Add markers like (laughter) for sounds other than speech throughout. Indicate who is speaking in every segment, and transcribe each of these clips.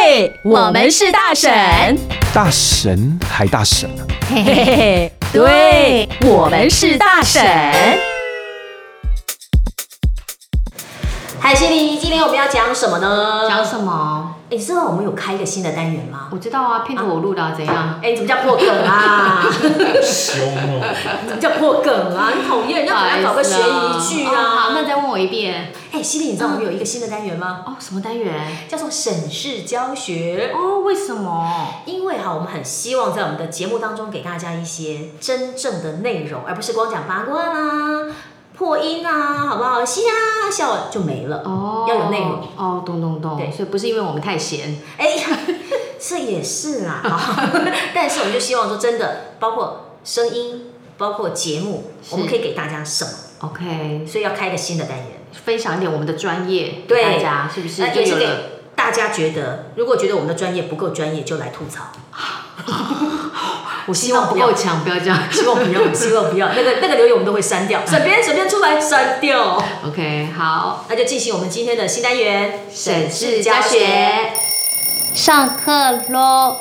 Speaker 1: 嘿，我们是大婶，
Speaker 2: 大神还大神啊！
Speaker 1: 嘿嘿嘿，对，我们是大婶。
Speaker 3: 海西里，今天我们要讲什么呢？
Speaker 4: 讲什么？
Speaker 3: 哎，你知道我们有开一个新的单元吗？
Speaker 4: 我知道啊，片头我录的、啊，怎样？
Speaker 3: 哎，你怎么叫破梗
Speaker 4: (laughs)
Speaker 3: 啊？
Speaker 5: 凶哦！
Speaker 3: 你怎么叫破梗啊？你讨厌，人家本来搞个悬疑剧
Speaker 4: 哦好，
Speaker 3: 啊。
Speaker 4: 那再问我一遍。
Speaker 3: 哎，西里，你知道我们有一个新的单元吗？
Speaker 4: 哦，什么单元？
Speaker 3: 叫做审视教学。
Speaker 4: 哦，为什么？
Speaker 3: 因为哈，我们很希望在我们的节目当中给大家一些真正的内容，而不是光讲八卦啦、破音啊，好不好？嘻啊笑就没了。
Speaker 4: 哦，
Speaker 3: 要有内容。
Speaker 4: 哦，懂懂懂。
Speaker 3: 对
Speaker 4: 所以不是因为我们太闲。
Speaker 3: 哎、 (laughs) 呀，这也是啦， (laughs) 好但是我们就希望说，真的，包括声音，包括节目，
Speaker 4: 是
Speaker 3: 我们可以给大家什么，
Speaker 4: OK，
Speaker 3: 所以要开一个新的单元，
Speaker 4: 分享一点我们的专业，
Speaker 3: 对哎
Speaker 4: 大家是不是
Speaker 3: 那
Speaker 4: 就
Speaker 3: 也
Speaker 4: 有
Speaker 3: 是给
Speaker 4: 了？
Speaker 3: 大家觉得，如果觉得我们的专业不够专业，就来吐槽，
Speaker 4: 我希望不够强，不要这样。
Speaker 3: 希望不要，希望不要，那个那个留言我们都会删掉，随便随便出来删掉，
Speaker 4: (laughs) OK，好，
Speaker 3: 那就进行我们今天的新单元
Speaker 4: 沈氏家学。
Speaker 1: 上课喽！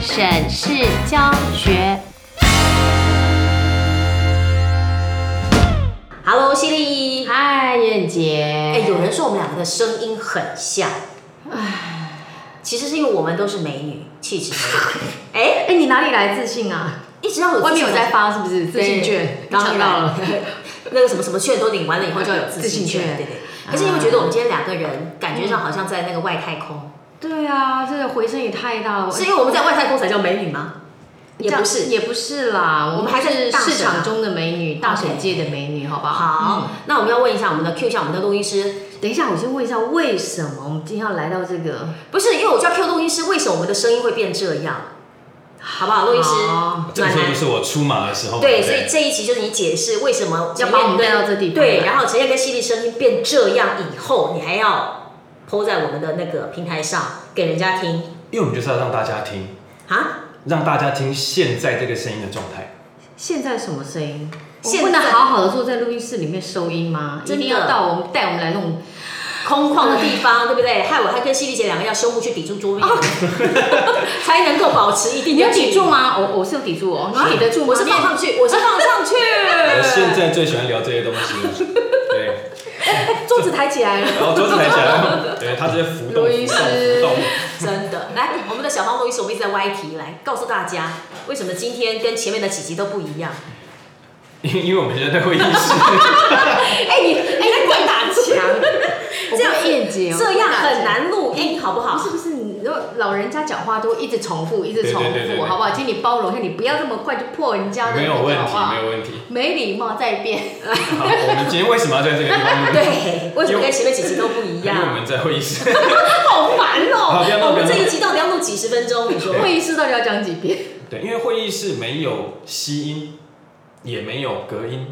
Speaker 1: 沈氏教学，
Speaker 3: Hello，犀利。
Speaker 4: 嗨，燕姐。
Speaker 3: 哎、有人说我们两个的声音很像，其实是因为我们都是美女，气质
Speaker 4: (laughs)
Speaker 3: 美女。哎、
Speaker 4: 哎，你哪里来自信啊？
Speaker 3: 一直要有自信
Speaker 4: 外面有在发是不是？自信
Speaker 3: 对
Speaker 4: 券，
Speaker 3: 当
Speaker 4: 抢到
Speaker 3: 然
Speaker 4: 了。，
Speaker 3: (laughs) 那个什么什么券都领完了以后就要有自
Speaker 4: 自
Speaker 3: 信
Speaker 4: 信
Speaker 3: 券，
Speaker 4: 券
Speaker 3: 对对。可是因为觉得我们今天两个人感觉上好像在那个外太空，
Speaker 4: 对啊，这个回声也太大了。
Speaker 3: 是因为我们在外太空才叫美女吗？也不
Speaker 4: 这样
Speaker 3: 是。
Speaker 4: 哦也不是啦，
Speaker 3: 我
Speaker 4: 我
Speaker 3: 们
Speaker 4: 们
Speaker 3: 还
Speaker 4: 还
Speaker 3: 在
Speaker 4: 是
Speaker 3: 大
Speaker 4: 市
Speaker 3: 省啊
Speaker 4: 场中的美女，大
Speaker 3: OK
Speaker 4: 省界的美女，好不好？
Speaker 3: 好，那我们要问一下我们的 Q 一下我们的录音师，
Speaker 4: 等一下，我先问一下，为什么我们今天要来到这个？
Speaker 3: 不是因为我叫 Q 录音师，为什么我们的声音会变这样？好不好，录音师
Speaker 4: 好？
Speaker 5: 这个时候不是我出马的时候，
Speaker 3: 对，
Speaker 5: 不
Speaker 3: 所以这一集就是你解释为什么要把我们
Speaker 4: 职业带到这地方
Speaker 3: 对，
Speaker 4: 来
Speaker 3: 然后职业跟犀利声音变这样以后，你还要抛在我们的那个平台上给人家听
Speaker 5: 因为我们就是要让大家听，
Speaker 3: 啊？
Speaker 5: 让大家听现在这个声音的状
Speaker 3: (laughs)
Speaker 5: 态。
Speaker 4: 现在什么声音？我
Speaker 3: 现在
Speaker 4: 不能好好的坐在录音室里面收音吗？一
Speaker 3: 真的
Speaker 4: 定要到我们带我们来弄。
Speaker 3: 空旷的地方，对不对？害我还跟犀利姐两个要胸部去抵住
Speaker 4: (laughs)
Speaker 3: 桌面，才能够保持一定
Speaker 4: 你
Speaker 3: 的
Speaker 4: 有抵住吗？我我是有抵住哦，你
Speaker 3: 啊
Speaker 4: 有抵得住吗？
Speaker 3: 我是放上去，我是放上去，
Speaker 5: 我现在最喜欢聊这些东
Speaker 3: (laughs)
Speaker 5: 西，对，
Speaker 3: 桌子抬起来了，
Speaker 5: 然后哦桌子抬起来，对，它直接浮动、
Speaker 4: 录
Speaker 5: 浮
Speaker 4: 音
Speaker 5: 动、
Speaker 4: 师
Speaker 5: 浮动。
Speaker 3: 真的。 (laughs) 来，我们的小黄录音师，我们一直在歪题，来告诉大家为什么今天跟前面的几集都不一样。
Speaker 5: 因因为我们现在在会议
Speaker 3: (laughs)
Speaker 5: 室，
Speaker 3: 哎，你哎，你在鬼
Speaker 4: (laughs)
Speaker 3: 打墙。
Speaker 4: 这样燕姐，
Speaker 3: 这样很。难录音，好不
Speaker 4: 哎不是
Speaker 3: 好？
Speaker 4: 不是，你如果老人家讲话都一直重复，一直
Speaker 5: 对对
Speaker 4: 重
Speaker 5: 对对
Speaker 4: 复，
Speaker 5: 对
Speaker 4: 好不好？请你包容一下，你不要这么快就破人家的
Speaker 5: 没
Speaker 4: 那
Speaker 5: 有
Speaker 4: 个，
Speaker 5: 问
Speaker 4: 好
Speaker 5: 题
Speaker 4: 不，好
Speaker 5: 没？有问题。
Speaker 4: 没礼貌，再变。
Speaker 5: 好，我们今天为什么要在这个地方录？
Speaker 3: 对，为什么跟前面几集都不一
Speaker 5: 因为我
Speaker 3: 样？
Speaker 5: 们在会议
Speaker 3: (laughs)
Speaker 5: 室。
Speaker 3: 好烦
Speaker 5: 好不要
Speaker 3: 哦！
Speaker 5: 闹
Speaker 3: 我
Speaker 5: 不
Speaker 3: 们
Speaker 5: 要闹
Speaker 3: 这一集到底要录几十分钟？你说
Speaker 5: 对
Speaker 4: 会议室到底要讲几遍？
Speaker 5: 对，因为会议室没有吸音，也没有隔音，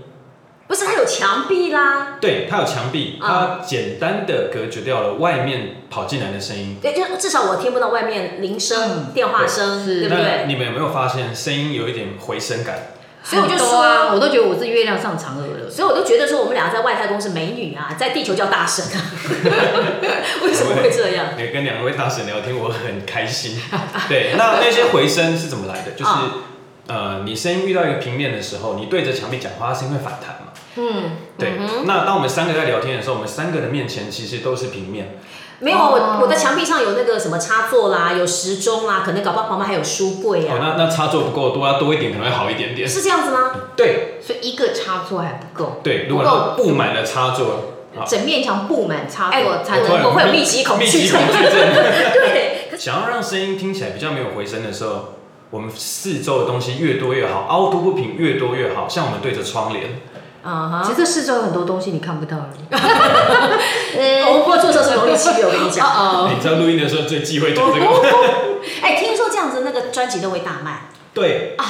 Speaker 3: 不是？它有墙壁啦，
Speaker 5: 对，它有墙壁，
Speaker 3: 嗯
Speaker 5: 它简单的隔绝掉了外面跑进来的声音。
Speaker 3: 对，就是至少我听不到外面铃声、电话声，
Speaker 4: 是
Speaker 3: 对不
Speaker 5: 那
Speaker 3: 对？
Speaker 5: 你们有没有发现声音有一点回声
Speaker 3: (laughs)
Speaker 5: 感？
Speaker 3: 所以我就
Speaker 4: 很多啊，
Speaker 3: 说，
Speaker 4: 我都觉得我是月亮上嫦娥了。
Speaker 3: 所以我就觉得说，我们俩在外太空是美女啊，在地球叫大神啊， (laughs) 为什么会这样？
Speaker 5: 对，跟两位大神聊天，我很
Speaker 3: (laughs)
Speaker 5: 开心。对，那那些回声是怎么来的？就是、
Speaker 3: 啊
Speaker 5: 呃，你声音遇到一个平面的时候，你对着墙壁讲话，它声音会反弹嘛？
Speaker 4: 嗯，
Speaker 5: 对。那当我们三个在聊天的时候，我们三个的面前其实都是平面。
Speaker 3: 没有，
Speaker 4: 哦
Speaker 3: 我我的墙壁上有那个什么插座啦，有时钟啦，可能搞不好旁边还有书柜啊，
Speaker 5: 哦，那那插座不够多，要多一点可能会好一
Speaker 3: (laughs)
Speaker 5: 点点。
Speaker 3: 是这样子吗？
Speaker 5: 对
Speaker 4: 所以一个插座还不够，
Speaker 5: 对，如
Speaker 4: 不
Speaker 5: 果
Speaker 4: 够
Speaker 5: 它布满了插座，好
Speaker 4: 整面墙布满插
Speaker 3: 哎
Speaker 4: 座才
Speaker 3: 我
Speaker 4: 能
Speaker 3: 我
Speaker 4: 够
Speaker 3: 会有密集恐惧
Speaker 5: 密集
Speaker 3: 症
Speaker 5: 恐惧症。
Speaker 3: 对，
Speaker 5: 想要让声音听起来比较没有回声的时候，我们四周的东西越多越好，凹凸不平越多越好。像我们对着窗帘，
Speaker 3: 啊哈
Speaker 4: 其实这四周有很多东西你看不到而 (laughs) 已。
Speaker 3: 我们播出的时候是农历七月，我跟你讲。
Speaker 4: 哦
Speaker 5: 你知道录音的时候最忌讳讲这个。
Speaker 3: 哎，听说这样子那个专辑都会大卖，
Speaker 5: 对，
Speaker 3: 哦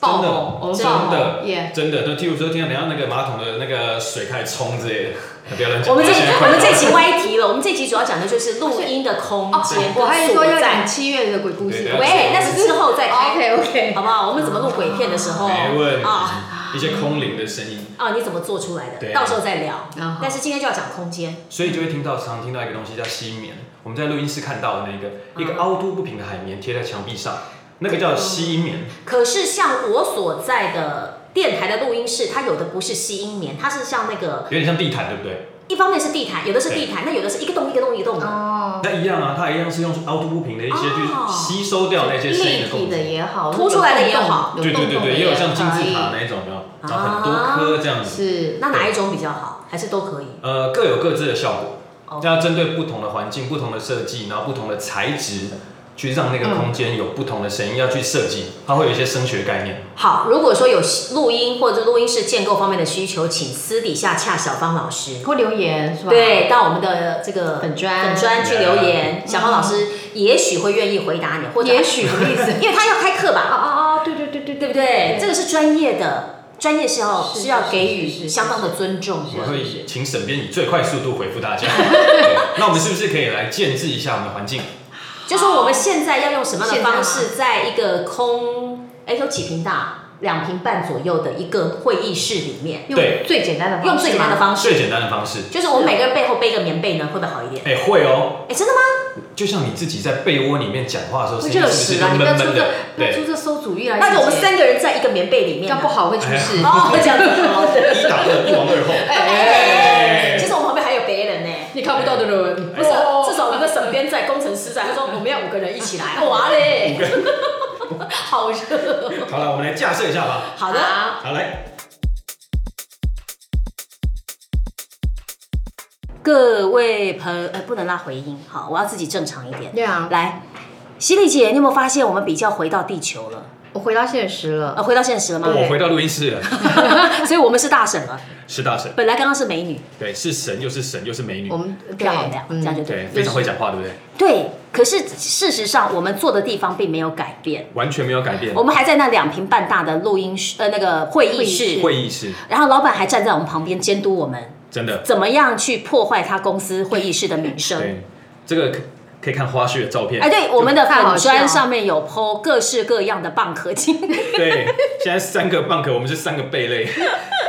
Speaker 4: 爆红，我们
Speaker 5: 真
Speaker 4: 爆红
Speaker 5: 的
Speaker 4: 耶！
Speaker 5: 真的，就譬如说听到等下那个马桶的那个水开始冲之类的，不要乱讲。
Speaker 3: 我们 (laughs) 这
Speaker 5: 现在
Speaker 3: 我
Speaker 5: 快
Speaker 3: 们这集歪题了，我们这集主要讲的就是录音的空
Speaker 4: 哦
Speaker 3: (laughs) 间，
Speaker 4: 我还
Speaker 3: 跟
Speaker 4: 说
Speaker 3: 所
Speaker 4: 要
Speaker 3: 在
Speaker 4: 讲。七月的鬼故事
Speaker 5: 对，对
Speaker 3: 喂，那是之后再开，
Speaker 4: 哦 OK OK，
Speaker 3: 好不好？我们怎么录鬼片的时候
Speaker 5: 没问题
Speaker 3: 啊，
Speaker 5: 一些空灵的声音，
Speaker 3: 啊，你怎么做出来的？
Speaker 5: 对
Speaker 3: 到时候再聊
Speaker 4: 啊好。
Speaker 3: 但是今天就要讲空间，
Speaker 5: 所以就会听到常听到一个东西叫吸棉，我们在录音室看到的那个、
Speaker 3: 嗯
Speaker 5: 一个凹凸不平的海绵贴在墙壁上，那个叫吸音棉。
Speaker 3: 可是像我所在的电台的录音室，它有的不是吸音棉，它是像那个，
Speaker 5: 有点像地毯，对不对？
Speaker 3: 一方面是地毯，有的是地毯，那有的是一个洞一个洞一个洞的。
Speaker 4: 哦，
Speaker 5: 那一样啊，它一样是用凹凸不平的一些
Speaker 3: 哦
Speaker 5: 去吸收掉那些声音
Speaker 4: 立
Speaker 5: 的动
Speaker 4: 体
Speaker 5: 作
Speaker 4: 的。也好，
Speaker 3: 凸出来的也好
Speaker 4: 有
Speaker 5: 对对
Speaker 4: 洞
Speaker 5: 对
Speaker 4: 洞
Speaker 5: 对，
Speaker 4: 的
Speaker 5: 也有像金
Speaker 4: 可
Speaker 5: 字
Speaker 4: 以
Speaker 5: 塔那一种，有没有？然后
Speaker 3: 啊
Speaker 5: 很多颗这样子，
Speaker 4: 是
Speaker 3: 那哪一种比较好？还是都可以？
Speaker 5: 呃，各有各自的效果。
Speaker 3: 哦
Speaker 5: 要针对不同的环境、不同的设计，然后不同的材质，去让那个空间有不同的声音，要去设计，它会有一些声学概念。
Speaker 3: 好，如果说有录音或者录音室建构方面的需求，请私底下洽小芳老师。
Speaker 4: 会留言是吧？
Speaker 3: 对，到我们的这个
Speaker 4: 粉专
Speaker 3: 粉专去留言，小芳老师也许会愿意回答你，或者
Speaker 4: 也许
Speaker 3: 什么意思？ (laughs) 因为他要开课
Speaker 4: 啊
Speaker 3: 吧，
Speaker 4: 啊啊，对对对对
Speaker 3: 对不对？这个是专业的，专业是要
Speaker 4: 是
Speaker 3: 是要
Speaker 4: 是
Speaker 3: 给
Speaker 4: 是
Speaker 3: 予
Speaker 4: 是
Speaker 3: 相当的尊重
Speaker 5: 我
Speaker 3: 的。
Speaker 5: 会以请沈编以最快速度回复大家。对那我们是不是可以来建制一下我们的环境？
Speaker 3: 就说我们现在要用什么样的
Speaker 4: 现在吗啊
Speaker 3: 方式，在一个空哎有几平大，两平半左右的一个会议室里面，
Speaker 5: 对
Speaker 4: 用最简单的方式
Speaker 3: 用最简单的
Speaker 4: 吗
Speaker 3: 方式，
Speaker 5: 最简单的方式。
Speaker 3: 就是我们每个人背后背个棉被呢，会不会好一点？
Speaker 5: 哎，会哦，
Speaker 3: 哎，真的吗？
Speaker 5: 就像你自己在被窝里面讲话的时候，
Speaker 4: 会
Speaker 5: 声音
Speaker 4: 热
Speaker 5: 是
Speaker 4: 死
Speaker 5: 不
Speaker 4: 啊！
Speaker 5: 是
Speaker 4: 你
Speaker 5: 就
Speaker 4: 不要
Speaker 5: 闷
Speaker 4: 出
Speaker 5: 闷
Speaker 4: 这
Speaker 5: 的？，
Speaker 4: 不要
Speaker 5: 对，
Speaker 4: 出这馊主意来。
Speaker 3: 那就我们
Speaker 4: 哎姐姐
Speaker 3: 三个人在一个棉被里面
Speaker 4: 要
Speaker 3: 呢，
Speaker 4: 不好会出事。
Speaker 3: 哦，这样子好的。
Speaker 4: (laughs)
Speaker 5: 一打二，一往二后。
Speaker 3: 哎，
Speaker 5: 哎
Speaker 3: 其实我们旁边还有别人呢。
Speaker 4: 你看不到的人，
Speaker 3: 不是，至少我们的沈编在，工程师在，他说我们要五个人一起来，哇
Speaker 4: (laughs)
Speaker 3: 嘞，好热。
Speaker 5: 好了，我们来架设一下吧。
Speaker 3: 好的，
Speaker 5: 好，来，
Speaker 3: 各位朋，呃，不能拉回音，好，我要自己正常一点。
Speaker 4: 对啊，
Speaker 3: 来，犀利姐，你有没有发现我们比较回到地球了？
Speaker 4: 我回到现实了。
Speaker 3: 呃，回到现实了
Speaker 4: 哦
Speaker 3: 吗？
Speaker 5: 我回到录音室了，
Speaker 3: (laughs) 所以我们是大婶了。
Speaker 5: 是大神，
Speaker 3: 本来刚刚是美女，
Speaker 5: 对，是神又是神又是美女
Speaker 4: 我，们
Speaker 3: 漂亮，这样就对
Speaker 5: 嗯对，
Speaker 3: 了。
Speaker 5: 非常会讲话，对不对？
Speaker 3: 对，可是事实上我们做的地方并没有改变，
Speaker 5: 完全没有改变
Speaker 3: 我。们还在那两平半大的录音室，呃，那个会议室，
Speaker 5: 会议室
Speaker 3: 然后老板还站在我们旁边监督我们。
Speaker 5: 真的，
Speaker 3: 怎么样去破坏他公司会议室的名声。
Speaker 5: 对，这个可可以看花絮的照片。
Speaker 3: 哎，对，我们的
Speaker 4: 太好
Speaker 3: 粉
Speaker 4: 笑
Speaker 3: 砖上面有 PO 各式各样的 (laughs) 蚌壳精，
Speaker 5: 对，现在三个 bunk，我们是三个贝类。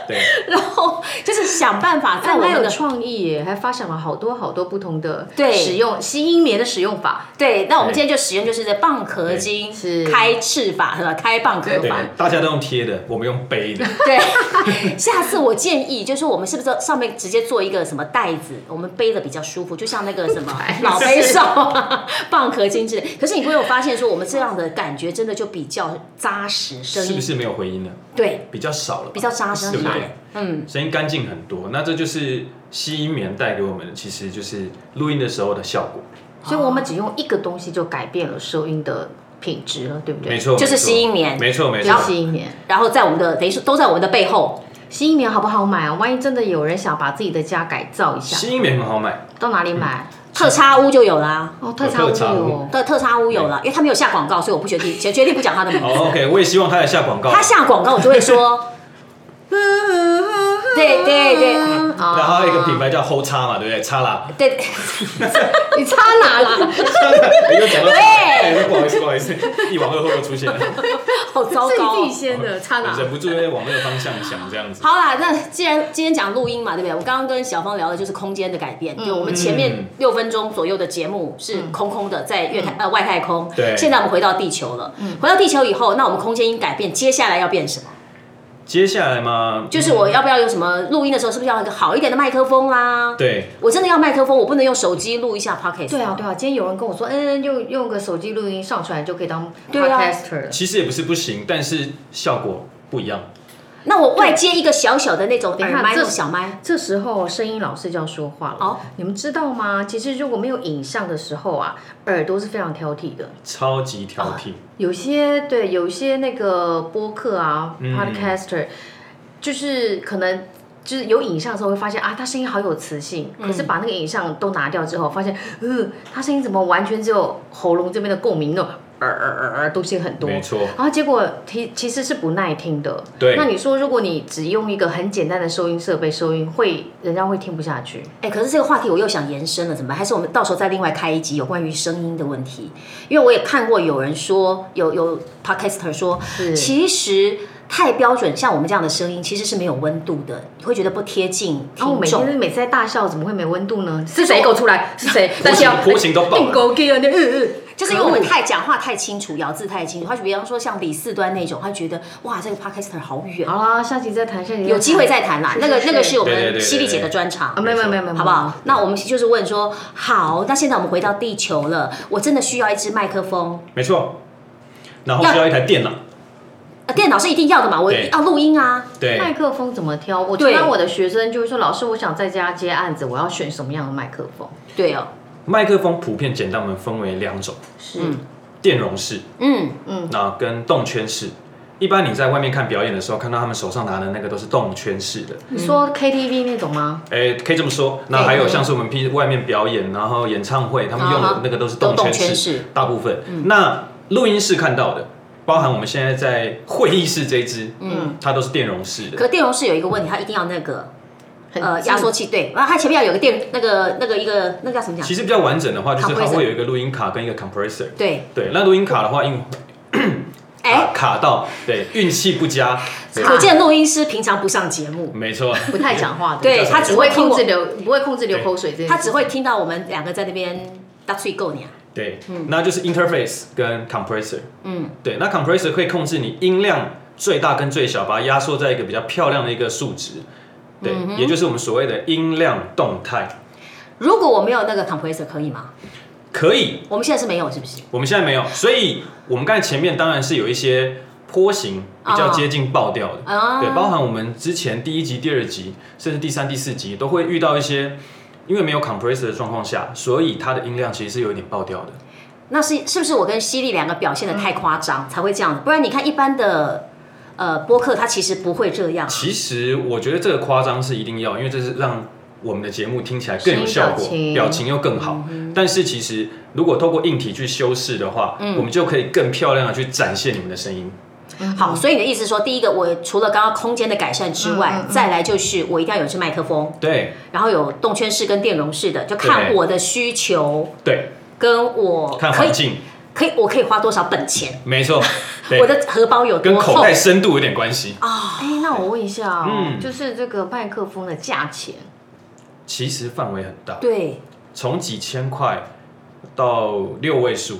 Speaker 5: 对，
Speaker 3: 然后就是想办法在
Speaker 4: 但
Speaker 3: 我
Speaker 4: 我
Speaker 3: 们
Speaker 5: 哎
Speaker 4: 有
Speaker 3: 的
Speaker 4: 创意耶，还发想了好多好多不同的
Speaker 3: 对
Speaker 4: 使用吸音棉的使用法，
Speaker 3: 对。那我们今天就使用就是这蚌壳精
Speaker 4: 是
Speaker 3: 开翅法是吧？开蚌壳
Speaker 5: 对
Speaker 3: 法。，
Speaker 5: 大家都用贴的，我们用背的。
Speaker 3: (laughs) 对，下次我建议就是我们是不是上面直接做一个什么袋子，我们背的比较舒服，就像那个什么
Speaker 5: (laughs)
Speaker 3: 老杯少啊、 (laughs) 蚌壳精之类。可是你会有发现说，我们这样的感觉真的就比较扎实，声
Speaker 5: 是不
Speaker 3: 音
Speaker 5: 是没有回音了？
Speaker 3: 对
Speaker 5: 比较少了吧，
Speaker 3: 比较扎实
Speaker 5: 对
Speaker 3: 一
Speaker 5: 不对
Speaker 3: 点。嗯，
Speaker 5: 声音干净很多。那这就是吸音棉带给我们的，其实就是录音的时候的效果。
Speaker 4: 所以我们只用一个东西就改变了收音的品质了，对不对？
Speaker 5: 没，错，
Speaker 3: 就是
Speaker 5: 没错
Speaker 3: 吸音棉
Speaker 5: 没错没
Speaker 4: 就
Speaker 5: 错
Speaker 4: 是。吸音棉。
Speaker 3: 然后在我们的等于说都在我们的背后，
Speaker 4: 吸音棉好不好买啊？万一真的有人想把自己的家改造一下，
Speaker 5: 吸音棉很好买，
Speaker 4: 到哪里买？
Speaker 3: 特差屋就有啦。
Speaker 4: 哦，特差屋
Speaker 5: 特差屋
Speaker 4: 有。
Speaker 3: 特特差屋有了，因为他没有下广告，所以我不决定决决定不讲他的
Speaker 5: (laughs)
Speaker 3: 名字。
Speaker 5: 哦，OK，我也希望他来下广告，
Speaker 3: 他
Speaker 5: 然
Speaker 3: 下广告，我就会说，对对对
Speaker 4: 啊
Speaker 5: 后还有一个品牌叫 h o 叉嘛，对不对？
Speaker 3: (laughs)
Speaker 5: 叉啦，
Speaker 3: 对，
Speaker 4: (laughs) 你插哪 (laughs) 啦？
Speaker 5: 又讲到，哎，不好意思不好意思，一往二后又出现了。
Speaker 3: 好糟
Speaker 4: 是你
Speaker 3: 糕
Speaker 4: 自
Speaker 3: 哦
Speaker 4: 己。先的，插哪？
Speaker 5: 忍不住要往那个方向想，这样子。
Speaker 3: 好啦，那既然今天讲录音嘛，对不对？我刚刚跟小芳聊的就是空间的改变，就我们前面
Speaker 5: 嗯
Speaker 3: 六分钟左右的节目是空空的，
Speaker 4: 嗯
Speaker 3: 在月太呃外太空。
Speaker 5: 对
Speaker 3: 现在我们回到地球了。回到地球以后，那我们空间音改变，接下来要变什么？
Speaker 5: 接下来嘛，
Speaker 3: 就是
Speaker 4: 嗯
Speaker 3: 我要不要有什么录音的时候，是不是要有一个好一点的麦克风啦？
Speaker 5: 对
Speaker 3: 我真的要麦克风，我不能用手机录一下 podcast。
Speaker 4: 对啊，，对啊，今天有人跟我说，嗯，用用个手机录音上传就可以当
Speaker 3: 对啊
Speaker 4: podcaster 了。
Speaker 5: 其实也不是不行，但是效果不一样。
Speaker 3: 那我外接一个小小的那种
Speaker 4: 等一
Speaker 3: 耳
Speaker 4: 下
Speaker 3: 麦，
Speaker 4: 哎这
Speaker 3: 那种小麦。
Speaker 4: 这时候声音老师就要说话了。
Speaker 3: 哦，
Speaker 4: 你们知道吗？其实如果没有影像的时候啊，耳朵是非常挑剔的。
Speaker 5: 超级挑剔，
Speaker 3: 啊
Speaker 4: 有些对，有些那个播客啊、
Speaker 5: 嗯
Speaker 4: p o d c a s t e r 就是可能。就是有影像的时候会发现啊，他声音好有磁性，
Speaker 5: 嗯
Speaker 4: 可是把那个影像都拿掉之后，发现，嗯，他声音怎么完全只有喉咙这边的共鸣那种耳耳耳耳东西很多，
Speaker 5: 没错，
Speaker 4: 然后结果其其实是不耐听的。
Speaker 5: 对
Speaker 4: 那你说，如果你只用一个很简单的收音设备收音，会人家会听不下去。
Speaker 3: 哎、可是这个话题我又想延伸了，怎么办？还是我们到时候再另外开一集有关于声音的问题，因为我也看过有人说，有有 podcaster 说，
Speaker 4: 是
Speaker 3: 其实太标准，像我们这样的声音其实是没有温度的，你会觉得不贴近
Speaker 4: 然哦后我
Speaker 3: 听
Speaker 4: 每
Speaker 3: 众。
Speaker 4: 天每次在大笑，怎么会没温度呢？是谁给我出来？
Speaker 3: (laughs)
Speaker 4: 是谁？
Speaker 5: 波形波形都爆了
Speaker 4: 定狗给啊！嗯嗯，
Speaker 3: 就是因为我们太讲话太清楚，咬字太清楚。他就比方说像李四端那种，他觉得哇，这个 podcaster 好远，
Speaker 4: 好啦，下集再谈，下集再谈
Speaker 3: 有机会再谈啦。
Speaker 4: 是
Speaker 3: 那个那个是我
Speaker 5: 对对对
Speaker 3: 们
Speaker 5: 对
Speaker 3: 犀利姐的专场
Speaker 4: 啊，。没有没有没有没有，
Speaker 3: 好不好？那我们就是问说，好，那现在我们回到地球了，我真的需要一支麦克风，
Speaker 5: 没错。然后
Speaker 3: 要
Speaker 5: 需要一台电脑，
Speaker 3: 呃，电脑是一定要的嘛，我
Speaker 5: 对
Speaker 3: 要录音啊，
Speaker 5: 对，
Speaker 4: 麦克风怎么挑？我就
Speaker 3: 对
Speaker 4: 让我的学生就是说，老师，我想在家接案子，我要选什么样的麦克风？
Speaker 3: 对哦，
Speaker 5: 麦克风普遍简单我们分为两种，
Speaker 4: 是
Speaker 3: 嗯
Speaker 5: 电容式
Speaker 3: 嗯，
Speaker 5: 那跟动圈式。一般你在外面看表演的时候，看到他们手上拿的那个都是动圈式的，
Speaker 4: 你说 KTV 那种吗？
Speaker 5: 哎，可以这么说。那还有像是我们 P 外面表演，然后演唱会，他们用
Speaker 3: 啊
Speaker 5: 的
Speaker 3: 哈
Speaker 5: 那个都是
Speaker 3: 都
Speaker 5: 动
Speaker 3: 动
Speaker 5: 圈
Speaker 3: 圈
Speaker 5: 式，
Speaker 3: 式，嗯
Speaker 5: 大部分。那录音室看到的，包含我们现在在会议室这一支，
Speaker 3: 嗯。
Speaker 5: 它都是电容式的。
Speaker 3: 可电容式有一个问题，它一定要那个
Speaker 4: 很
Speaker 3: 呃压缩器，对，然后它前面要有个电那个那个一个那个叫什么讲
Speaker 5: 其？实比较完整的话，就是它
Speaker 3: Compressor
Speaker 5: 会有一个录音卡跟一个 compressor。
Speaker 3: 对，
Speaker 5: 对，那录音卡的话，因为卡
Speaker 3: 哎，
Speaker 5: 卡到，对，运气不佳，对，
Speaker 3: 可见录音师平常不上节目，
Speaker 5: 没错，
Speaker 4: 不太讲话的，
Speaker 3: 对他
Speaker 4: 只
Speaker 3: 只
Speaker 4: 会
Speaker 3: 会
Speaker 4: 控
Speaker 3: 控
Speaker 4: 制
Speaker 3: 制
Speaker 4: 流，不会控制流口水这件事。
Speaker 3: 他只会听到我们两个在那边大吹够你啊，
Speaker 5: 对，那就是 interface 跟 compressor。
Speaker 3: 嗯，
Speaker 5: 对，那 compressor 可以控制你音量最大跟最小，把它压缩在一个比较漂亮的一个数值。对，
Speaker 3: 嗯
Speaker 5: 也就是我们所谓的音量动态。
Speaker 3: 如果我没有那个 compressor 可以吗？
Speaker 5: 可以，
Speaker 3: 我们现在是没有，是不是？
Speaker 5: 我们现在没有，所以我们刚才前面当然是有一些坡形比较接近爆掉的，
Speaker 3: 啊
Speaker 5: 对，包含我们之前第一集、第二集，甚至第三、第四集都会遇到一些，因为没有 compressor 的状况下，所以它的音量其实是有一点爆掉的。
Speaker 3: 那是是不是我跟犀利两个表现的太夸张、才会这样？不然你看一般的呃播客，他其实不会这样啊。
Speaker 5: 其实我觉得这个夸张是一定要，因为这是让我们的节目听起来更有效果，
Speaker 4: 声音表情
Speaker 5: 表情又更好。
Speaker 3: 嗯
Speaker 5: 但是其实如果透过硬体去修饰的话，
Speaker 3: 嗯
Speaker 5: 我们就可以更漂亮的去展现你们的声音。
Speaker 3: 好，所以你的意思是说，第一个我除了刚刚空间的改善之
Speaker 5: 嗯
Speaker 3: 外，再来就是我一定要有一支麦克风，
Speaker 5: 对
Speaker 3: 然后有动圈式跟电容式的，就看
Speaker 5: 对
Speaker 3: 我的需求
Speaker 5: 对，
Speaker 3: 跟我
Speaker 5: 看
Speaker 3: 可以
Speaker 5: 环境，
Speaker 3: 可以我可以花多少本钱，
Speaker 5: 没
Speaker 3: (laughs)
Speaker 5: 错，对
Speaker 3: 我的荷包有
Speaker 5: 跟
Speaker 3: 多
Speaker 5: 口
Speaker 3: 厚
Speaker 5: 袋深度有点关系。
Speaker 3: 啊？
Speaker 4: 哎、那我问一下、哦，
Speaker 5: 嗯
Speaker 4: 就是这个麦克风的价钱，
Speaker 5: 其实范围很大，
Speaker 3: 对，
Speaker 5: 从几千块到六位数，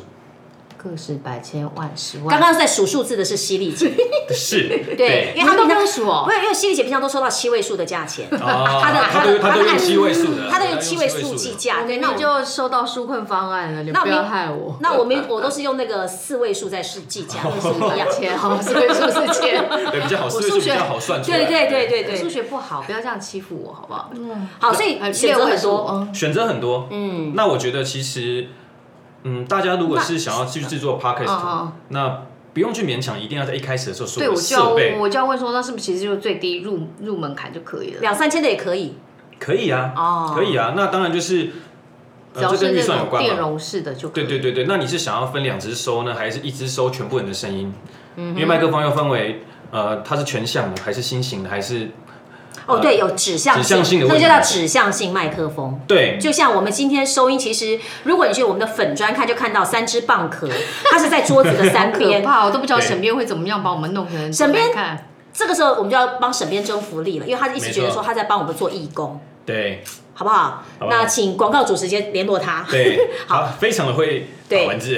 Speaker 4: 个是百千万十万。
Speaker 3: 刚刚在数数字的是犀利姐，
Speaker 5: 是，
Speaker 3: 对，因为
Speaker 4: 他
Speaker 3: 他
Speaker 4: 都
Speaker 3: 平
Speaker 4: 不
Speaker 3: 常
Speaker 4: 会数哦
Speaker 3: 不，是因为犀利姐平常都收到七位数的价钱，
Speaker 5: 哦，
Speaker 3: (laughs) 他的
Speaker 5: 他
Speaker 3: 的
Speaker 5: 都他都用
Speaker 3: 按
Speaker 5: 七位数的，
Speaker 3: 他都用七位数计
Speaker 5: 的。
Speaker 3: 价，对，那我就。
Speaker 4: 就收到纾困方案了，你
Speaker 3: 那
Speaker 4: 不
Speaker 3: 我
Speaker 4: 要
Speaker 3: 明
Speaker 4: 害我。
Speaker 3: (laughs) 那我们我都是用那个四位数在是计价，
Speaker 4: 是
Speaker 3: 是一样
Speaker 4: 百。
Speaker 5: 哦
Speaker 4: 千，好，是位数是千。
Speaker 5: 对，比较好，四
Speaker 4: 我
Speaker 5: 位数
Speaker 4: 数
Speaker 5: 比
Speaker 4: 学
Speaker 5: 较好算出来。
Speaker 3: (laughs) 对对对对
Speaker 4: 数
Speaker 3: 对，
Speaker 4: 学不好，不要这样欺负我，好不好？
Speaker 3: 好，所以
Speaker 4: 呃
Speaker 3: 选择很多。，
Speaker 5: 选择很多，嗯，那我觉得其实，嗯，大家如果是想要去制作 podcast，、
Speaker 4: 嗯
Speaker 5: 那不用去勉强，一定要在一开始的时候所
Speaker 4: 对，
Speaker 5: 有
Speaker 4: 我
Speaker 5: 的
Speaker 4: 就要
Speaker 5: 设备
Speaker 4: 问，我就要问说，那是不是其实就是最低入入门槛就可以了？
Speaker 3: 两三千的也可以
Speaker 5: 可以啊，
Speaker 3: 哦，
Speaker 5: 可以啊，那当然就是，
Speaker 4: 只
Speaker 5: 呃，
Speaker 4: 要
Speaker 5: 这
Speaker 4: 是
Speaker 5: 跟预
Speaker 4: 那
Speaker 5: 算有
Speaker 4: 种
Speaker 5: 关
Speaker 4: 电
Speaker 5: 嘛。
Speaker 4: 容式的就可以。
Speaker 5: 对对对对，那你是想要分两只收呢，还是一只收全部人的声音？因为麦克风又分为，呃，它是全向的，还是心形的，还是
Speaker 3: 哦，对，有指向
Speaker 5: 啊指向性的
Speaker 3: 那
Speaker 5: 问
Speaker 3: 个
Speaker 5: 题
Speaker 3: 就叫指向性麦克风。
Speaker 5: 对
Speaker 3: 就像我们今天收音，其实如果你去我们的粉砖看，就看到三只蚌壳，它是在桌子的三
Speaker 4: 可
Speaker 5: (laughs)
Speaker 3: 边。
Speaker 4: 怕，我都不知道
Speaker 5: 对
Speaker 4: 沈编会怎么样把我们弄成
Speaker 3: 沈编
Speaker 4: 难看。
Speaker 3: 这个时候我们就要帮沈编争福利了，因为他一直觉得
Speaker 5: 没错
Speaker 3: 说他在帮我们做义工，
Speaker 5: 对
Speaker 3: 好不好？
Speaker 5: 好吧
Speaker 3: 那请广告主直接联络他。
Speaker 5: 对，
Speaker 3: 好
Speaker 5: 好，非常的会
Speaker 3: 对
Speaker 5: 打文字，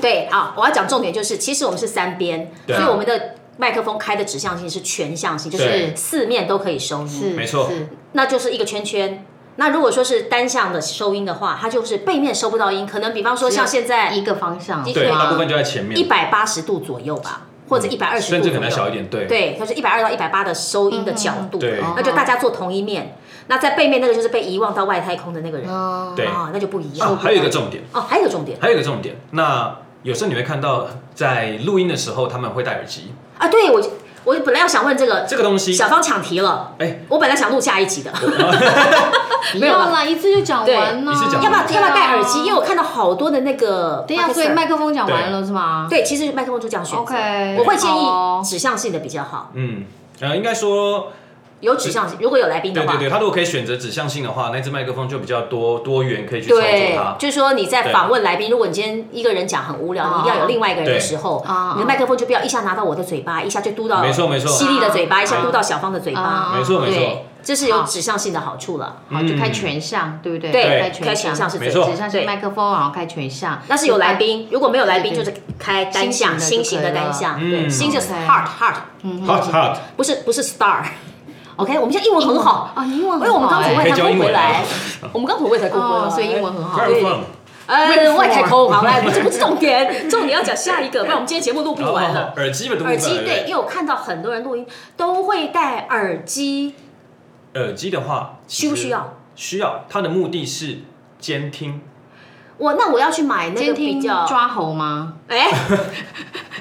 Speaker 3: 对啊，我要讲重点就是，其实我们是三边，
Speaker 5: 对
Speaker 3: 所以我们的麦克风开的指向性是全向性，就是
Speaker 5: 对
Speaker 3: 四面都可以收音，
Speaker 4: 是，
Speaker 5: 没错
Speaker 4: 是
Speaker 3: 那就是一个圈圈。那如果说是单向的收音的话，它就是背面收不到音，可能比方
Speaker 5: 啊
Speaker 3: 说像现在
Speaker 4: 一个方向，
Speaker 3: 的确
Speaker 5: 对，
Speaker 3: 啊
Speaker 5: 大部分就在前
Speaker 3: 一
Speaker 5: 面，
Speaker 3: 百八十度左右吧，或者一百二十
Speaker 5: 嗯甚
Speaker 3: 度
Speaker 5: 至
Speaker 3: 左
Speaker 5: 可能小
Speaker 3: 右。
Speaker 5: 一点，对，
Speaker 3: 对，它是一百二到一百八的收音的角度，
Speaker 5: 对
Speaker 3: 那就大家坐同一面。那在背面那个就是被遗忘到外太空的那个人，啊、
Speaker 4: 嗯，
Speaker 5: 对
Speaker 3: 那就不一样。
Speaker 5: 啊，还有一个重点。
Speaker 3: 哦，还有一个重点
Speaker 5: 还有一个重点，那有时候你会看到在录音的时候他们会戴耳机，
Speaker 3: 啊，对我我本来要想问这个，
Speaker 5: 这个东西，
Speaker 3: 小芳抢题了。
Speaker 5: 哎，
Speaker 3: 我本来想录下一集的，
Speaker 4: 没
Speaker 3: 没
Speaker 4: 有
Speaker 3: 有了
Speaker 4: 啦，一次就讲完了，
Speaker 5: 对一次讲
Speaker 3: (laughs) 要
Speaker 5: 完
Speaker 3: 不要要不要戴耳机？因为
Speaker 4: 为
Speaker 3: 我看到好多的那个 podcaster，
Speaker 4: 等一下，哦所以麦克风讲完了是吗？
Speaker 3: 对，其实麦克风就这样选择。
Speaker 4: ，OK，
Speaker 3: 我会建
Speaker 4: 好哦
Speaker 3: 议指向性的比较好。
Speaker 5: 嗯，呃，应该说
Speaker 3: 有指向性，如果有来宾的
Speaker 5: 对
Speaker 3: 话
Speaker 5: 对，对，他如果可以选择指向性的话，那只麦克风就比较多多元，可以去操作
Speaker 3: 对
Speaker 5: 它，。
Speaker 3: 就是说你在访问来宾，如果你今天一个人讲很无聊，
Speaker 4: 哦
Speaker 3: 你一定要有另外一个人的时候
Speaker 4: 对，
Speaker 3: 你的麦克风就不要一下拿到我的嘴巴，一下就嘟到
Speaker 5: 没错没错
Speaker 3: 犀利的嘴巴，
Speaker 4: 啊
Speaker 3: 一下嘟到小芳的嘴
Speaker 4: 啊
Speaker 3: 巴，
Speaker 5: 没错没
Speaker 3: 对
Speaker 5: 错，，
Speaker 3: 这是有指向性的好处了。
Speaker 4: 好，就开
Speaker 5: 嗯
Speaker 4: 全项，对不对？
Speaker 3: 对
Speaker 4: 开
Speaker 3: 开
Speaker 4: 全
Speaker 3: 全项
Speaker 4: 项
Speaker 3: 是
Speaker 5: 没
Speaker 3: 最
Speaker 5: 错
Speaker 4: 指向性麦克风，然后开全项。
Speaker 3: 那是有来宾，如果没有来宾，
Speaker 4: 对
Speaker 3: 就
Speaker 4: 对
Speaker 3: 是开单项
Speaker 4: 新
Speaker 3: 新
Speaker 4: 型
Speaker 3: 型的
Speaker 4: 的就可以了
Speaker 3: 单项，
Speaker 5: 嗯
Speaker 3: 对，新就是
Speaker 4: OK
Speaker 3: heart heart，
Speaker 5: Hot hot，
Speaker 3: 不是不是 star。OK，我们现在英文很好哦
Speaker 4: 啊，英文
Speaker 3: 因
Speaker 4: 很好
Speaker 3: 为我们刚从
Speaker 4: 哎
Speaker 3: 外
Speaker 5: 可以
Speaker 3: 太
Speaker 5: 教
Speaker 3: 空
Speaker 5: 英
Speaker 3: 回
Speaker 5: 文啊
Speaker 3: 来，我们刚从外太空回来，
Speaker 4: 哦，所以英文很好。
Speaker 5: Where
Speaker 3: 对
Speaker 5: from？
Speaker 3: 呃，外太空好来，不是不是重点，重点要讲下一个，不然我们今天节目录不完了。
Speaker 5: 耳机的部分，
Speaker 3: 耳机对，
Speaker 5: 不
Speaker 3: 因为我看到很多人录音都会戴耳机，
Speaker 5: 对，耳机的话
Speaker 3: 需不需？要？
Speaker 5: 其实需要，它的目的是监听。
Speaker 3: 我那我要去买那个
Speaker 4: 监
Speaker 3: 比
Speaker 4: 听
Speaker 3: 较，
Speaker 4: 抓猴吗？
Speaker 3: 哎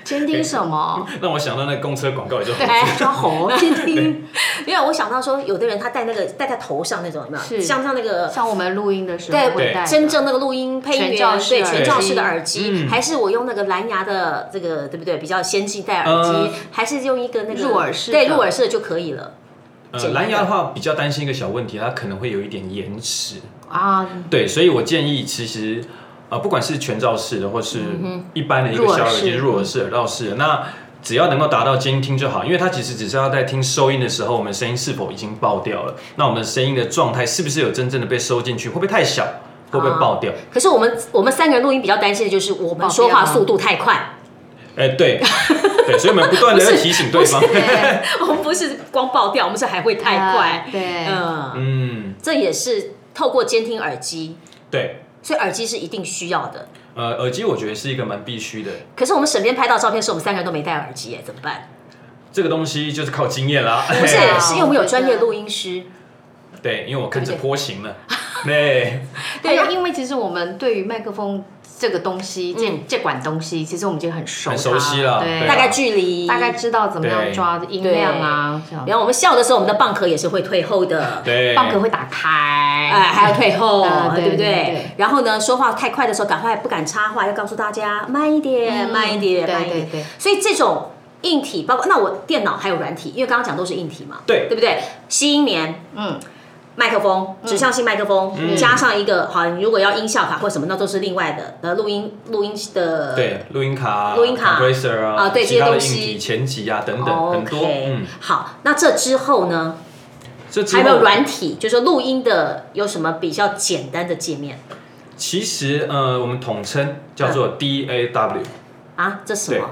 Speaker 4: 监听什么？
Speaker 5: 让我想到那个公车广告也就
Speaker 3: 哎，
Speaker 4: 抓猴，
Speaker 3: (laughs)
Speaker 4: 监听。
Speaker 3: 因为我想到说，有的人他戴那个戴在头上那种，有没有？
Speaker 4: 是
Speaker 3: 像像那个
Speaker 4: 像我们录音的时候
Speaker 3: 对
Speaker 4: 会带的
Speaker 3: 真正那个录音配
Speaker 4: 全
Speaker 3: 乐，
Speaker 4: 罩式
Speaker 3: 对
Speaker 4: 耳
Speaker 3: 全
Speaker 5: 机
Speaker 3: 罩式的耳机，
Speaker 5: 嗯
Speaker 3: 还是我用那个蓝牙的这个，对不对？比较先进戴耳
Speaker 5: 呃
Speaker 3: 机，还是用一个那个
Speaker 4: 入耳式的
Speaker 3: 对入耳式的就可以了。
Speaker 5: 呃，
Speaker 3: 简单的
Speaker 5: 蓝牙的话比较担心一个小问题，它可能会有一点延迟。
Speaker 4: 啊，
Speaker 5: 对，所以我建议其实。呃，不管是全罩式的，或是一般的一个
Speaker 4: 入耳
Speaker 5: 小耳机、
Speaker 4: 式
Speaker 5: 入耳式、耳道式的，那只要能够达到监听就好，因为它其实只是要在听收音的时候，我们声音是否已经爆掉了，那我们声音的状态是不是有真正的被收进去，会不会太小，会不会爆掉？
Speaker 3: 可是我们我们三个人录音比较担心的就是我们说话速度太快，
Speaker 5: 哎、对，对，所以我们不断的要提醒对方，
Speaker 3: (laughs) 我们不是光爆掉，我们是还会 (laughs) 太
Speaker 4: 啊
Speaker 3: 快。
Speaker 4: 对，
Speaker 3: 嗯，
Speaker 5: 嗯，
Speaker 3: 这也是透过监听耳机，
Speaker 5: 对，
Speaker 3: 所以耳机是一定需要的。
Speaker 5: 呃，耳机我觉得是一个蛮必须的，
Speaker 3: 可是我们沈边拍到照片是我们三个人都没戴耳机耶，怎么办？
Speaker 5: 这个东西就是靠经验啦，
Speaker 3: 不是，
Speaker 4: 啊
Speaker 3: 是因为我们有专业录音师，
Speaker 5: (laughs) 对，因为我看着
Speaker 3: 对不
Speaker 5: 波形了， (laughs) 对，
Speaker 4: 对，
Speaker 3: 还有
Speaker 4: 因为其实我们对于麦克风这个东西，这
Speaker 3: 嗯
Speaker 4: 这管东西，其实我们已经很熟它，
Speaker 5: 很熟悉了
Speaker 4: 对，啊
Speaker 5: 对
Speaker 3: 大概距离
Speaker 4: 大概知道怎么样抓音量啊，这样
Speaker 3: 然后我们笑的时候，我们的蚌壳也是会退后的，
Speaker 5: 对，
Speaker 4: 蚌壳会打
Speaker 3: 哎，
Speaker 4: 开，
Speaker 3: 还要退后
Speaker 4: 啊，对
Speaker 3: 对不
Speaker 4: 对
Speaker 3: 对
Speaker 4: 对？
Speaker 3: 然后呢，说话太快的时候，赶快不敢插话，要告诉大家慢一点，慢一点，
Speaker 4: 嗯对
Speaker 3: 慢一
Speaker 4: 对
Speaker 3: 点。
Speaker 4: 对，
Speaker 3: 所以这种硬体，包括那我电脑还有软体，因为刚刚讲都是硬体嘛，
Speaker 5: 对
Speaker 3: 对不对？吸音棉，
Speaker 4: 嗯，
Speaker 3: 麦克风，指向性麦克风，
Speaker 5: 嗯
Speaker 3: 加上一个好，你如果要音效卡或什么，那都是另外的。呃，录音录音的
Speaker 5: 对，录音卡啊、
Speaker 3: 呃录音卡
Speaker 5: compressor 啊，
Speaker 3: 啊对
Speaker 5: 其他的
Speaker 3: 这些东
Speaker 5: 硬
Speaker 3: 西哦
Speaker 5: 体、前级啊等等很多。
Speaker 3: OK，
Speaker 5: 嗯，
Speaker 3: 好，那这之后呢？
Speaker 5: 这之
Speaker 3: 还有没有
Speaker 5: 后
Speaker 3: 软体？就是说录音的有什么比较简单的界面
Speaker 5: 其实呃，我们统称叫
Speaker 3: 嗯
Speaker 5: 做 DAW，
Speaker 3: 啊？这是什么？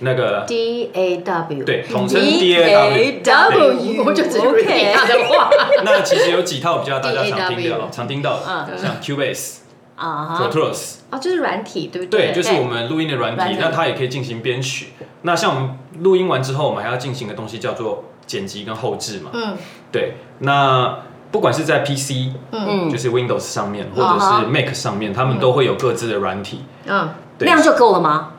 Speaker 5: 那个
Speaker 4: D A W，
Speaker 5: 对，统称
Speaker 3: D
Speaker 5: DAW。
Speaker 3: W，
Speaker 4: 我就只会听他的
Speaker 3: 话
Speaker 5: 那其实有几套比较大家常听
Speaker 4: DAW
Speaker 5: 到、常听到的，
Speaker 3: 嗯
Speaker 5: 像 Cubase、
Speaker 3: 啊哈
Speaker 5: Pro。Tools，
Speaker 4: (laughs) 哦，就是软体，对不
Speaker 5: 对，就是
Speaker 3: 对
Speaker 5: 我们录音的软
Speaker 3: 软
Speaker 5: 体
Speaker 3: 体，
Speaker 5: 那它也可以进行编曲。那像我们录音完之后，我们还要进行一个东西叫做剪辑跟后置嘛。
Speaker 4: 嗯
Speaker 5: 对，那不管是在 PC，
Speaker 4: 嗯
Speaker 5: 就
Speaker 3: 嗯，
Speaker 5: 是 Windows 上面，或
Speaker 3: 啊
Speaker 5: 者
Speaker 3: 哈
Speaker 5: 是 Mac 上面，他
Speaker 3: 嗯
Speaker 5: 们都会有各自的软体。
Speaker 4: 嗯，
Speaker 5: 对
Speaker 3: 那样就够了吗？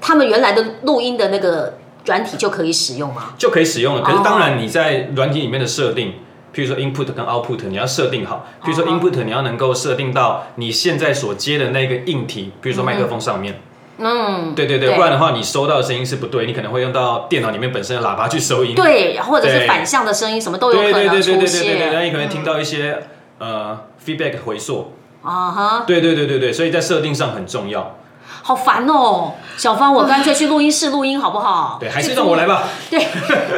Speaker 3: 他们原来的录音的那个软体就可以使用吗？
Speaker 5: 就可以使用了。可
Speaker 3: 哦
Speaker 5: 是当然，你在软体里面的设定，譬如说 input 跟 output，你要设定好。譬如说
Speaker 3: 哦
Speaker 5: input，你要能够设定到你现在所接的那个硬体，譬如说麦克风上面。
Speaker 3: 嗯，
Speaker 5: 对对对，
Speaker 3: 对
Speaker 5: 不然的话，你收到的声音是不对，你可能会用到电脑里面本身的喇叭去收音。
Speaker 3: 对，或者是
Speaker 5: 嗯对
Speaker 3: 反向的声音，什么都有可
Speaker 5: 对对对
Speaker 3: 能
Speaker 5: 对对
Speaker 3: 出
Speaker 5: 对对对，那
Speaker 3: 现。
Speaker 5: 你可能听到一些呃 feedback 回溯。
Speaker 3: 啊哈，
Speaker 5: 对对对对对，所以在设定上很重要。
Speaker 3: 好烦哦！小芳，我干脆去录音室录音好不好？
Speaker 5: (laughs) 对，还是让我来吧。
Speaker 3: (laughs) 对，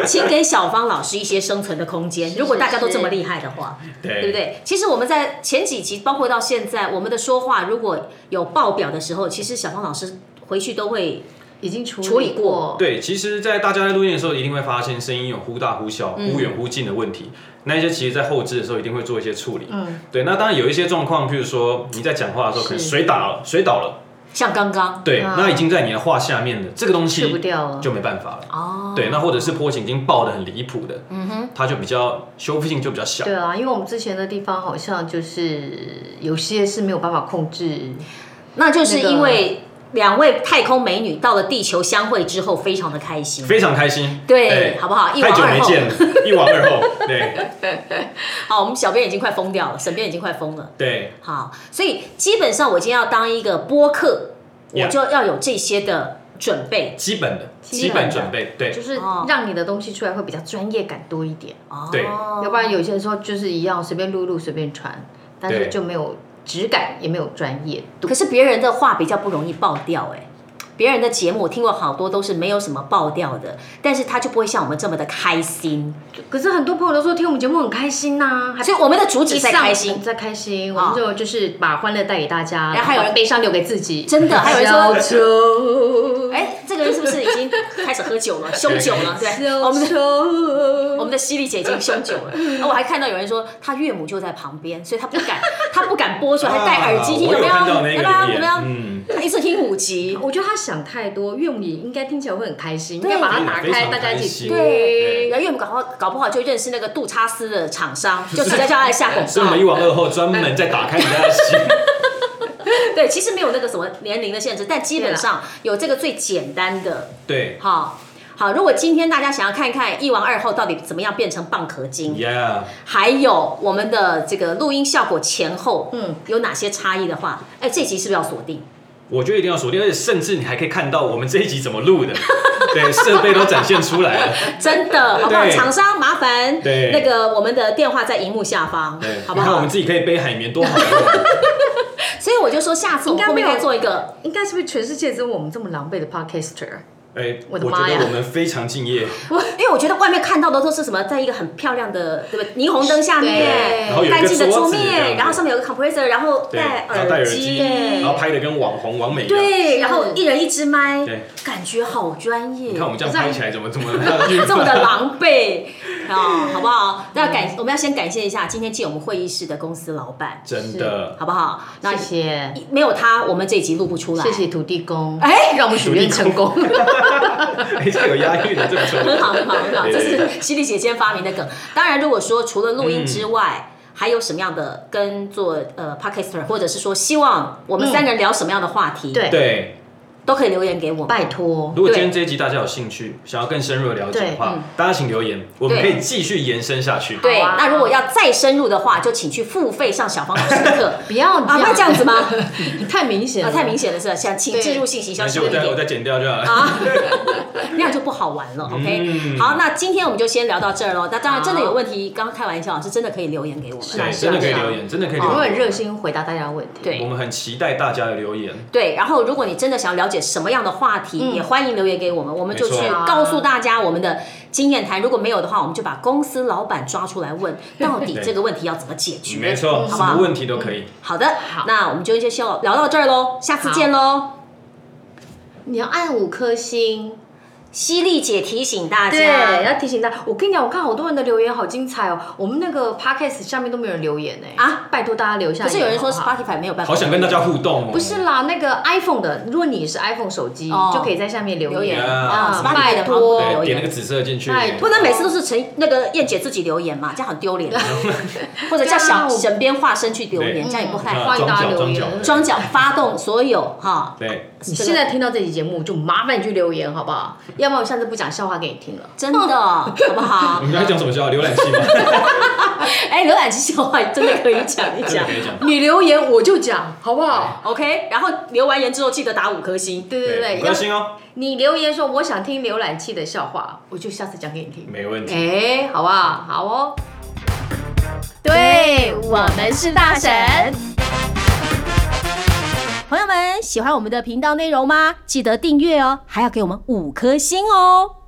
Speaker 3: 请给小芳老师一些生存的空间。如果大家都这么厉害的话，对不
Speaker 5: 对
Speaker 3: 对？其实我们在前几集，包括到现在，我们的说话如果有爆表的时候，其实小芳老师回去都会
Speaker 4: 已经处
Speaker 3: 处理
Speaker 4: 过
Speaker 3: 过，
Speaker 5: 对，其实，在大家在录音的时候，一定会发现声音有忽大忽小、忽
Speaker 3: 嗯
Speaker 5: 远忽近的问题。那一些其实，在后置的时候，一定会做一些处理。
Speaker 4: 嗯，
Speaker 5: 对，那当然有一些状况，譬如说你在讲话的时候，可能
Speaker 4: 是
Speaker 5: 水打了，水倒了，
Speaker 3: 像刚刚
Speaker 5: 对，
Speaker 4: 啊
Speaker 5: 那已经在你的话下面了，这个东
Speaker 4: 去不
Speaker 5: 西
Speaker 4: 掉了，
Speaker 5: 就没办法了。
Speaker 3: 哦，
Speaker 5: 对，那或者是坡形已经爆的很离谱的，嗯哼，它就比较修复性就比较小。
Speaker 4: 对啊，因为我们之前的地方好像就是有些是没有办法控制，
Speaker 3: 那就是因为两位太空美女到了地球相会之后，非常的开心。
Speaker 5: 非常开心，哎
Speaker 3: 对，好不好？一
Speaker 5: 太
Speaker 3: 往
Speaker 5: 久没
Speaker 3: 二后， (laughs)
Speaker 5: 见了，一往二后，对
Speaker 3: 好，我们小编已经快疯掉了，沈编已经快疯了。
Speaker 5: 对，
Speaker 3: 好，所以基本上我今天要当一个播客
Speaker 5: Yeah
Speaker 3: 我就要有这些的准备
Speaker 5: 基本的
Speaker 4: 基
Speaker 5: 基
Speaker 4: 本的
Speaker 5: 本准备，对
Speaker 4: 就是让你的东西出来会比较专业感多一点，
Speaker 3: 哦
Speaker 5: 对
Speaker 4: 要不然有些时候就是一样随便录一录随便传，但是
Speaker 5: 对
Speaker 4: 就没有质感，也没有专业度
Speaker 3: 可。是别人的话比较不容易爆掉哎、别人的节目我听过好多都是没有什么爆掉的，但是他就不会像我们这么的开心，
Speaker 4: 可是很多朋友都说听我们节目很开心呐、还
Speaker 3: 所以我们的主
Speaker 4: 一
Speaker 3: 旨在
Speaker 4: 上
Speaker 3: 开心。
Speaker 4: 在开心，我
Speaker 3: 哦
Speaker 4: 们就就是把欢乐带给大家，
Speaker 3: 然后还有人
Speaker 4: 把悲伤留给自己。
Speaker 3: 真的还有人说
Speaker 4: 小丑，
Speaker 3: 哎、这个人是不是已经开始喝酒 (laughs) 了、凶酒了？对，我们的我
Speaker 4: 的
Speaker 3: 们的犀利姐已经凶酒了。然后我还看到有人说她岳母就在旁边，所以她不 (laughs) 敢，她不敢播出来，还戴耳机听，
Speaker 5: 啊我
Speaker 3: 有没有？
Speaker 5: 有看到那
Speaker 3: 有没有？
Speaker 5: 个留
Speaker 3: 有没
Speaker 5: 言，
Speaker 3: 有？
Speaker 5: 嗯，
Speaker 3: 她一次听五集，
Speaker 4: 我觉得他想太多，岳母也应该听起来会很开心，应
Speaker 3: 对
Speaker 4: 该把它打
Speaker 5: 非
Speaker 4: 开，
Speaker 5: 常
Speaker 4: 大家一
Speaker 5: 开
Speaker 4: 起
Speaker 5: 心
Speaker 4: 听。
Speaker 5: 对
Speaker 3: 然后岳母搞不好搞不好就认识那个杜叉丝的厂商，就直接叫他来下广
Speaker 5: 所以我
Speaker 3: 告
Speaker 5: 们一。往二后专门在打开人家的心，
Speaker 3: (laughs) 对，其实没有那个什么年龄的限制，但基本上有这个最简单的。
Speaker 5: 对
Speaker 3: 好，好，如果今天大家想要看一看一王二后到底怎么样变成蚌壳精，
Speaker 5: ，Yeah，
Speaker 3: 还有我们的这个录音效果前后
Speaker 4: 嗯，
Speaker 3: 有哪些差异的话，哎，这集是不是要锁定？
Speaker 5: 我觉得一定要锁定，而且甚至你还可以看到我们这一集怎么
Speaker 3: (laughs)
Speaker 5: 录的，对，设备都展现出来了。
Speaker 3: 真的，好不好？
Speaker 5: 对
Speaker 3: 厂商麻烦，
Speaker 5: 对
Speaker 3: 那个我们的电话在荧幕下方
Speaker 5: 对，，
Speaker 3: 好不
Speaker 5: 你看我
Speaker 3: 好
Speaker 5: 们？自己可以背海绵多好
Speaker 3: (laughs)
Speaker 5: 啊用，
Speaker 3: 所以我就说，下次我们
Speaker 4: 应该
Speaker 3: 后面
Speaker 4: 没有
Speaker 3: 再做一个，
Speaker 4: 应该是不是全世界只有我们这么狼狈的 podcaster？
Speaker 5: 哎，
Speaker 4: 我
Speaker 5: 我
Speaker 4: 的
Speaker 5: 觉
Speaker 4: 妈呀
Speaker 5: 得我们非常敬业，
Speaker 3: 因为我觉得外面看到的都是什么，在一个很漂亮的，对不对？霓虹灯下面
Speaker 4: 对然后，
Speaker 5: 有一个
Speaker 3: 干净的桌
Speaker 5: 桌子这样
Speaker 3: 面，
Speaker 5: 子
Speaker 3: 然后上面有个 compressor，然后
Speaker 5: 对，
Speaker 3: 戴
Speaker 5: 然后戴耳机，
Speaker 3: 对
Speaker 5: 然后拍的跟网红完美一样。
Speaker 3: 对，
Speaker 4: 是
Speaker 3: 然后一人一支麦
Speaker 5: 对，
Speaker 3: 感觉好专业
Speaker 5: 你看我，们这样拍起来怎么怎么这
Speaker 3: 这么的狼狈 (laughs) 啊，好不好？那感我们要先感谢一下今天进我们会议室的公司老板，
Speaker 5: (laughs) 真的，
Speaker 3: 好不好？那
Speaker 4: 谢谢，
Speaker 3: 没有他，我们这一集录不出来。
Speaker 4: 谢谢土地公，
Speaker 3: 哎
Speaker 4: 让我们许愿成功。
Speaker 5: (laughs) 哎，这有押韵的，这么说
Speaker 3: 很好，很好，很好，
Speaker 5: 对
Speaker 3: 这
Speaker 5: 对
Speaker 3: 是犀利姐今天发明的梗。当然，如果说除了录音之外，还有什么样的跟做呃 podcaster，或者是说希望我们三人聊什么样的话题，
Speaker 4: 对
Speaker 5: 对。
Speaker 3: 都可以留言给我们。
Speaker 4: 拜托，
Speaker 5: 如果今天这一集大家有兴趣，想要更深入的了解的
Speaker 3: 对
Speaker 5: 话
Speaker 3: 嗯，
Speaker 5: 大家请留言，我们
Speaker 3: 对
Speaker 5: 可以继续延伸下去。
Speaker 3: 对，
Speaker 4: 好啊。
Speaker 3: 那如果要再深入的话，就请去付费上小芳老师的
Speaker 5: (laughs)
Speaker 3: 课
Speaker 4: 不要
Speaker 3: 啊，那这样子吗？
Speaker 4: 你太明显
Speaker 3: 啊，
Speaker 4: 了，
Speaker 3: 太明显了，是吧？想请
Speaker 4: 对
Speaker 3: 置入性行销
Speaker 5: 那
Speaker 3: 深
Speaker 5: 就
Speaker 3: 入
Speaker 5: 我
Speaker 3: 一点
Speaker 5: 再 (laughs) 我。再剪掉就好了。
Speaker 3: 啊，那样就不好玩了。OK，、
Speaker 5: 嗯
Speaker 3: 好，那今天我们就先聊到这儿喽。那当然，
Speaker 4: 好
Speaker 3: 真的有问题，刚刚开玩笑，是真的可以留言给我
Speaker 4: 是啊
Speaker 5: 对，
Speaker 3: 们。
Speaker 5: 真的可以
Speaker 4: 是啊
Speaker 5: 留言，真的可以
Speaker 4: 我
Speaker 5: 留
Speaker 4: 们
Speaker 5: 言。
Speaker 4: 很热心回答大家的问题。
Speaker 5: 我
Speaker 3: 对
Speaker 5: 们很期待大家的留言。
Speaker 3: 对，然后如果你真的想了解什么样的话题，
Speaker 4: 嗯
Speaker 3: 也欢迎留言给我们，我们就去
Speaker 5: 没
Speaker 4: 错
Speaker 3: 告诉大家我们的经验谈。如果没有的话，我们就把公司老板抓出来问，到底
Speaker 5: 对
Speaker 3: 这个问题要怎么解决？
Speaker 5: 没
Speaker 3: 好
Speaker 5: 错，什
Speaker 3: 不
Speaker 5: 么
Speaker 3: 好？
Speaker 5: 问题都可以。
Speaker 3: 好的，
Speaker 4: 好
Speaker 3: 那我们就先聊到这儿喽，下次见喽。
Speaker 4: 你要按五颗星。
Speaker 3: 犀利姐提醒大
Speaker 4: 对，
Speaker 3: 家
Speaker 4: 要提醒大家。我跟你讲，我看好多人的留言好精彩哦。我们那个 podcast 下面都没有人留言呢、欸
Speaker 3: 啊，
Speaker 4: 拜托大家留下
Speaker 3: 可
Speaker 4: 言。
Speaker 3: 是有人说
Speaker 4: 好不好
Speaker 3: Spotify 没有办法
Speaker 5: 好，想跟大家互动哦。
Speaker 4: 不是啦，那个 iPhone 的，如果你是 iPhone 手机，
Speaker 3: 哦
Speaker 4: 就可以在下面留
Speaker 3: 留言
Speaker 4: 言。
Speaker 3: 啊
Speaker 5: 啊
Speaker 3: ，Spotify 的
Speaker 4: 拜
Speaker 3: 好像不
Speaker 4: 托
Speaker 3: 能留
Speaker 5: 对，点
Speaker 3: 言
Speaker 5: 那个。紫色进去。
Speaker 4: 哎
Speaker 3: 不能每次都是陈那个燕姐自己留言嘛，这样很丢脸。啊
Speaker 5: (laughs)
Speaker 3: 或者叫小沈边化身去留言，
Speaker 5: 对
Speaker 3: 这样也不太
Speaker 5: 啊
Speaker 3: 好。
Speaker 4: 欢迎大家
Speaker 5: 装脚
Speaker 4: 留
Speaker 5: 装
Speaker 4: 言。
Speaker 5: 脚
Speaker 3: 装脚发动所有哈，
Speaker 5: 对，
Speaker 4: 你
Speaker 3: 这个
Speaker 4: 现在听到这期节目，就麻烦你去留言好不好？要不然我下次不讲笑话给你听了。
Speaker 3: 真的
Speaker 4: (laughs)
Speaker 3: 好不
Speaker 5: 我
Speaker 3: 好？
Speaker 5: 们刚才讲什么叫浏览器吗？
Speaker 3: (laughs) 哎，浏览器笑话真的可以讲一
Speaker 5: 真的 (laughs)
Speaker 3: 讲
Speaker 5: 可。以讲。
Speaker 4: 你留言我就讲，好不好？
Speaker 3: OK，然后留完言之后记得打五颗星。
Speaker 4: 对对对，
Speaker 5: 五
Speaker 4: 要
Speaker 5: 颗
Speaker 4: 是
Speaker 5: 星哦，
Speaker 4: 你留言说我想听浏览器的笑话，我就下次讲给你听。
Speaker 5: 没问题。
Speaker 4: 哎、好不好？好哦。
Speaker 1: 对我们是大神。
Speaker 3: 朋友们，喜欢我们的频道内容吗？记得订阅哦，还要给我们五颗星哦。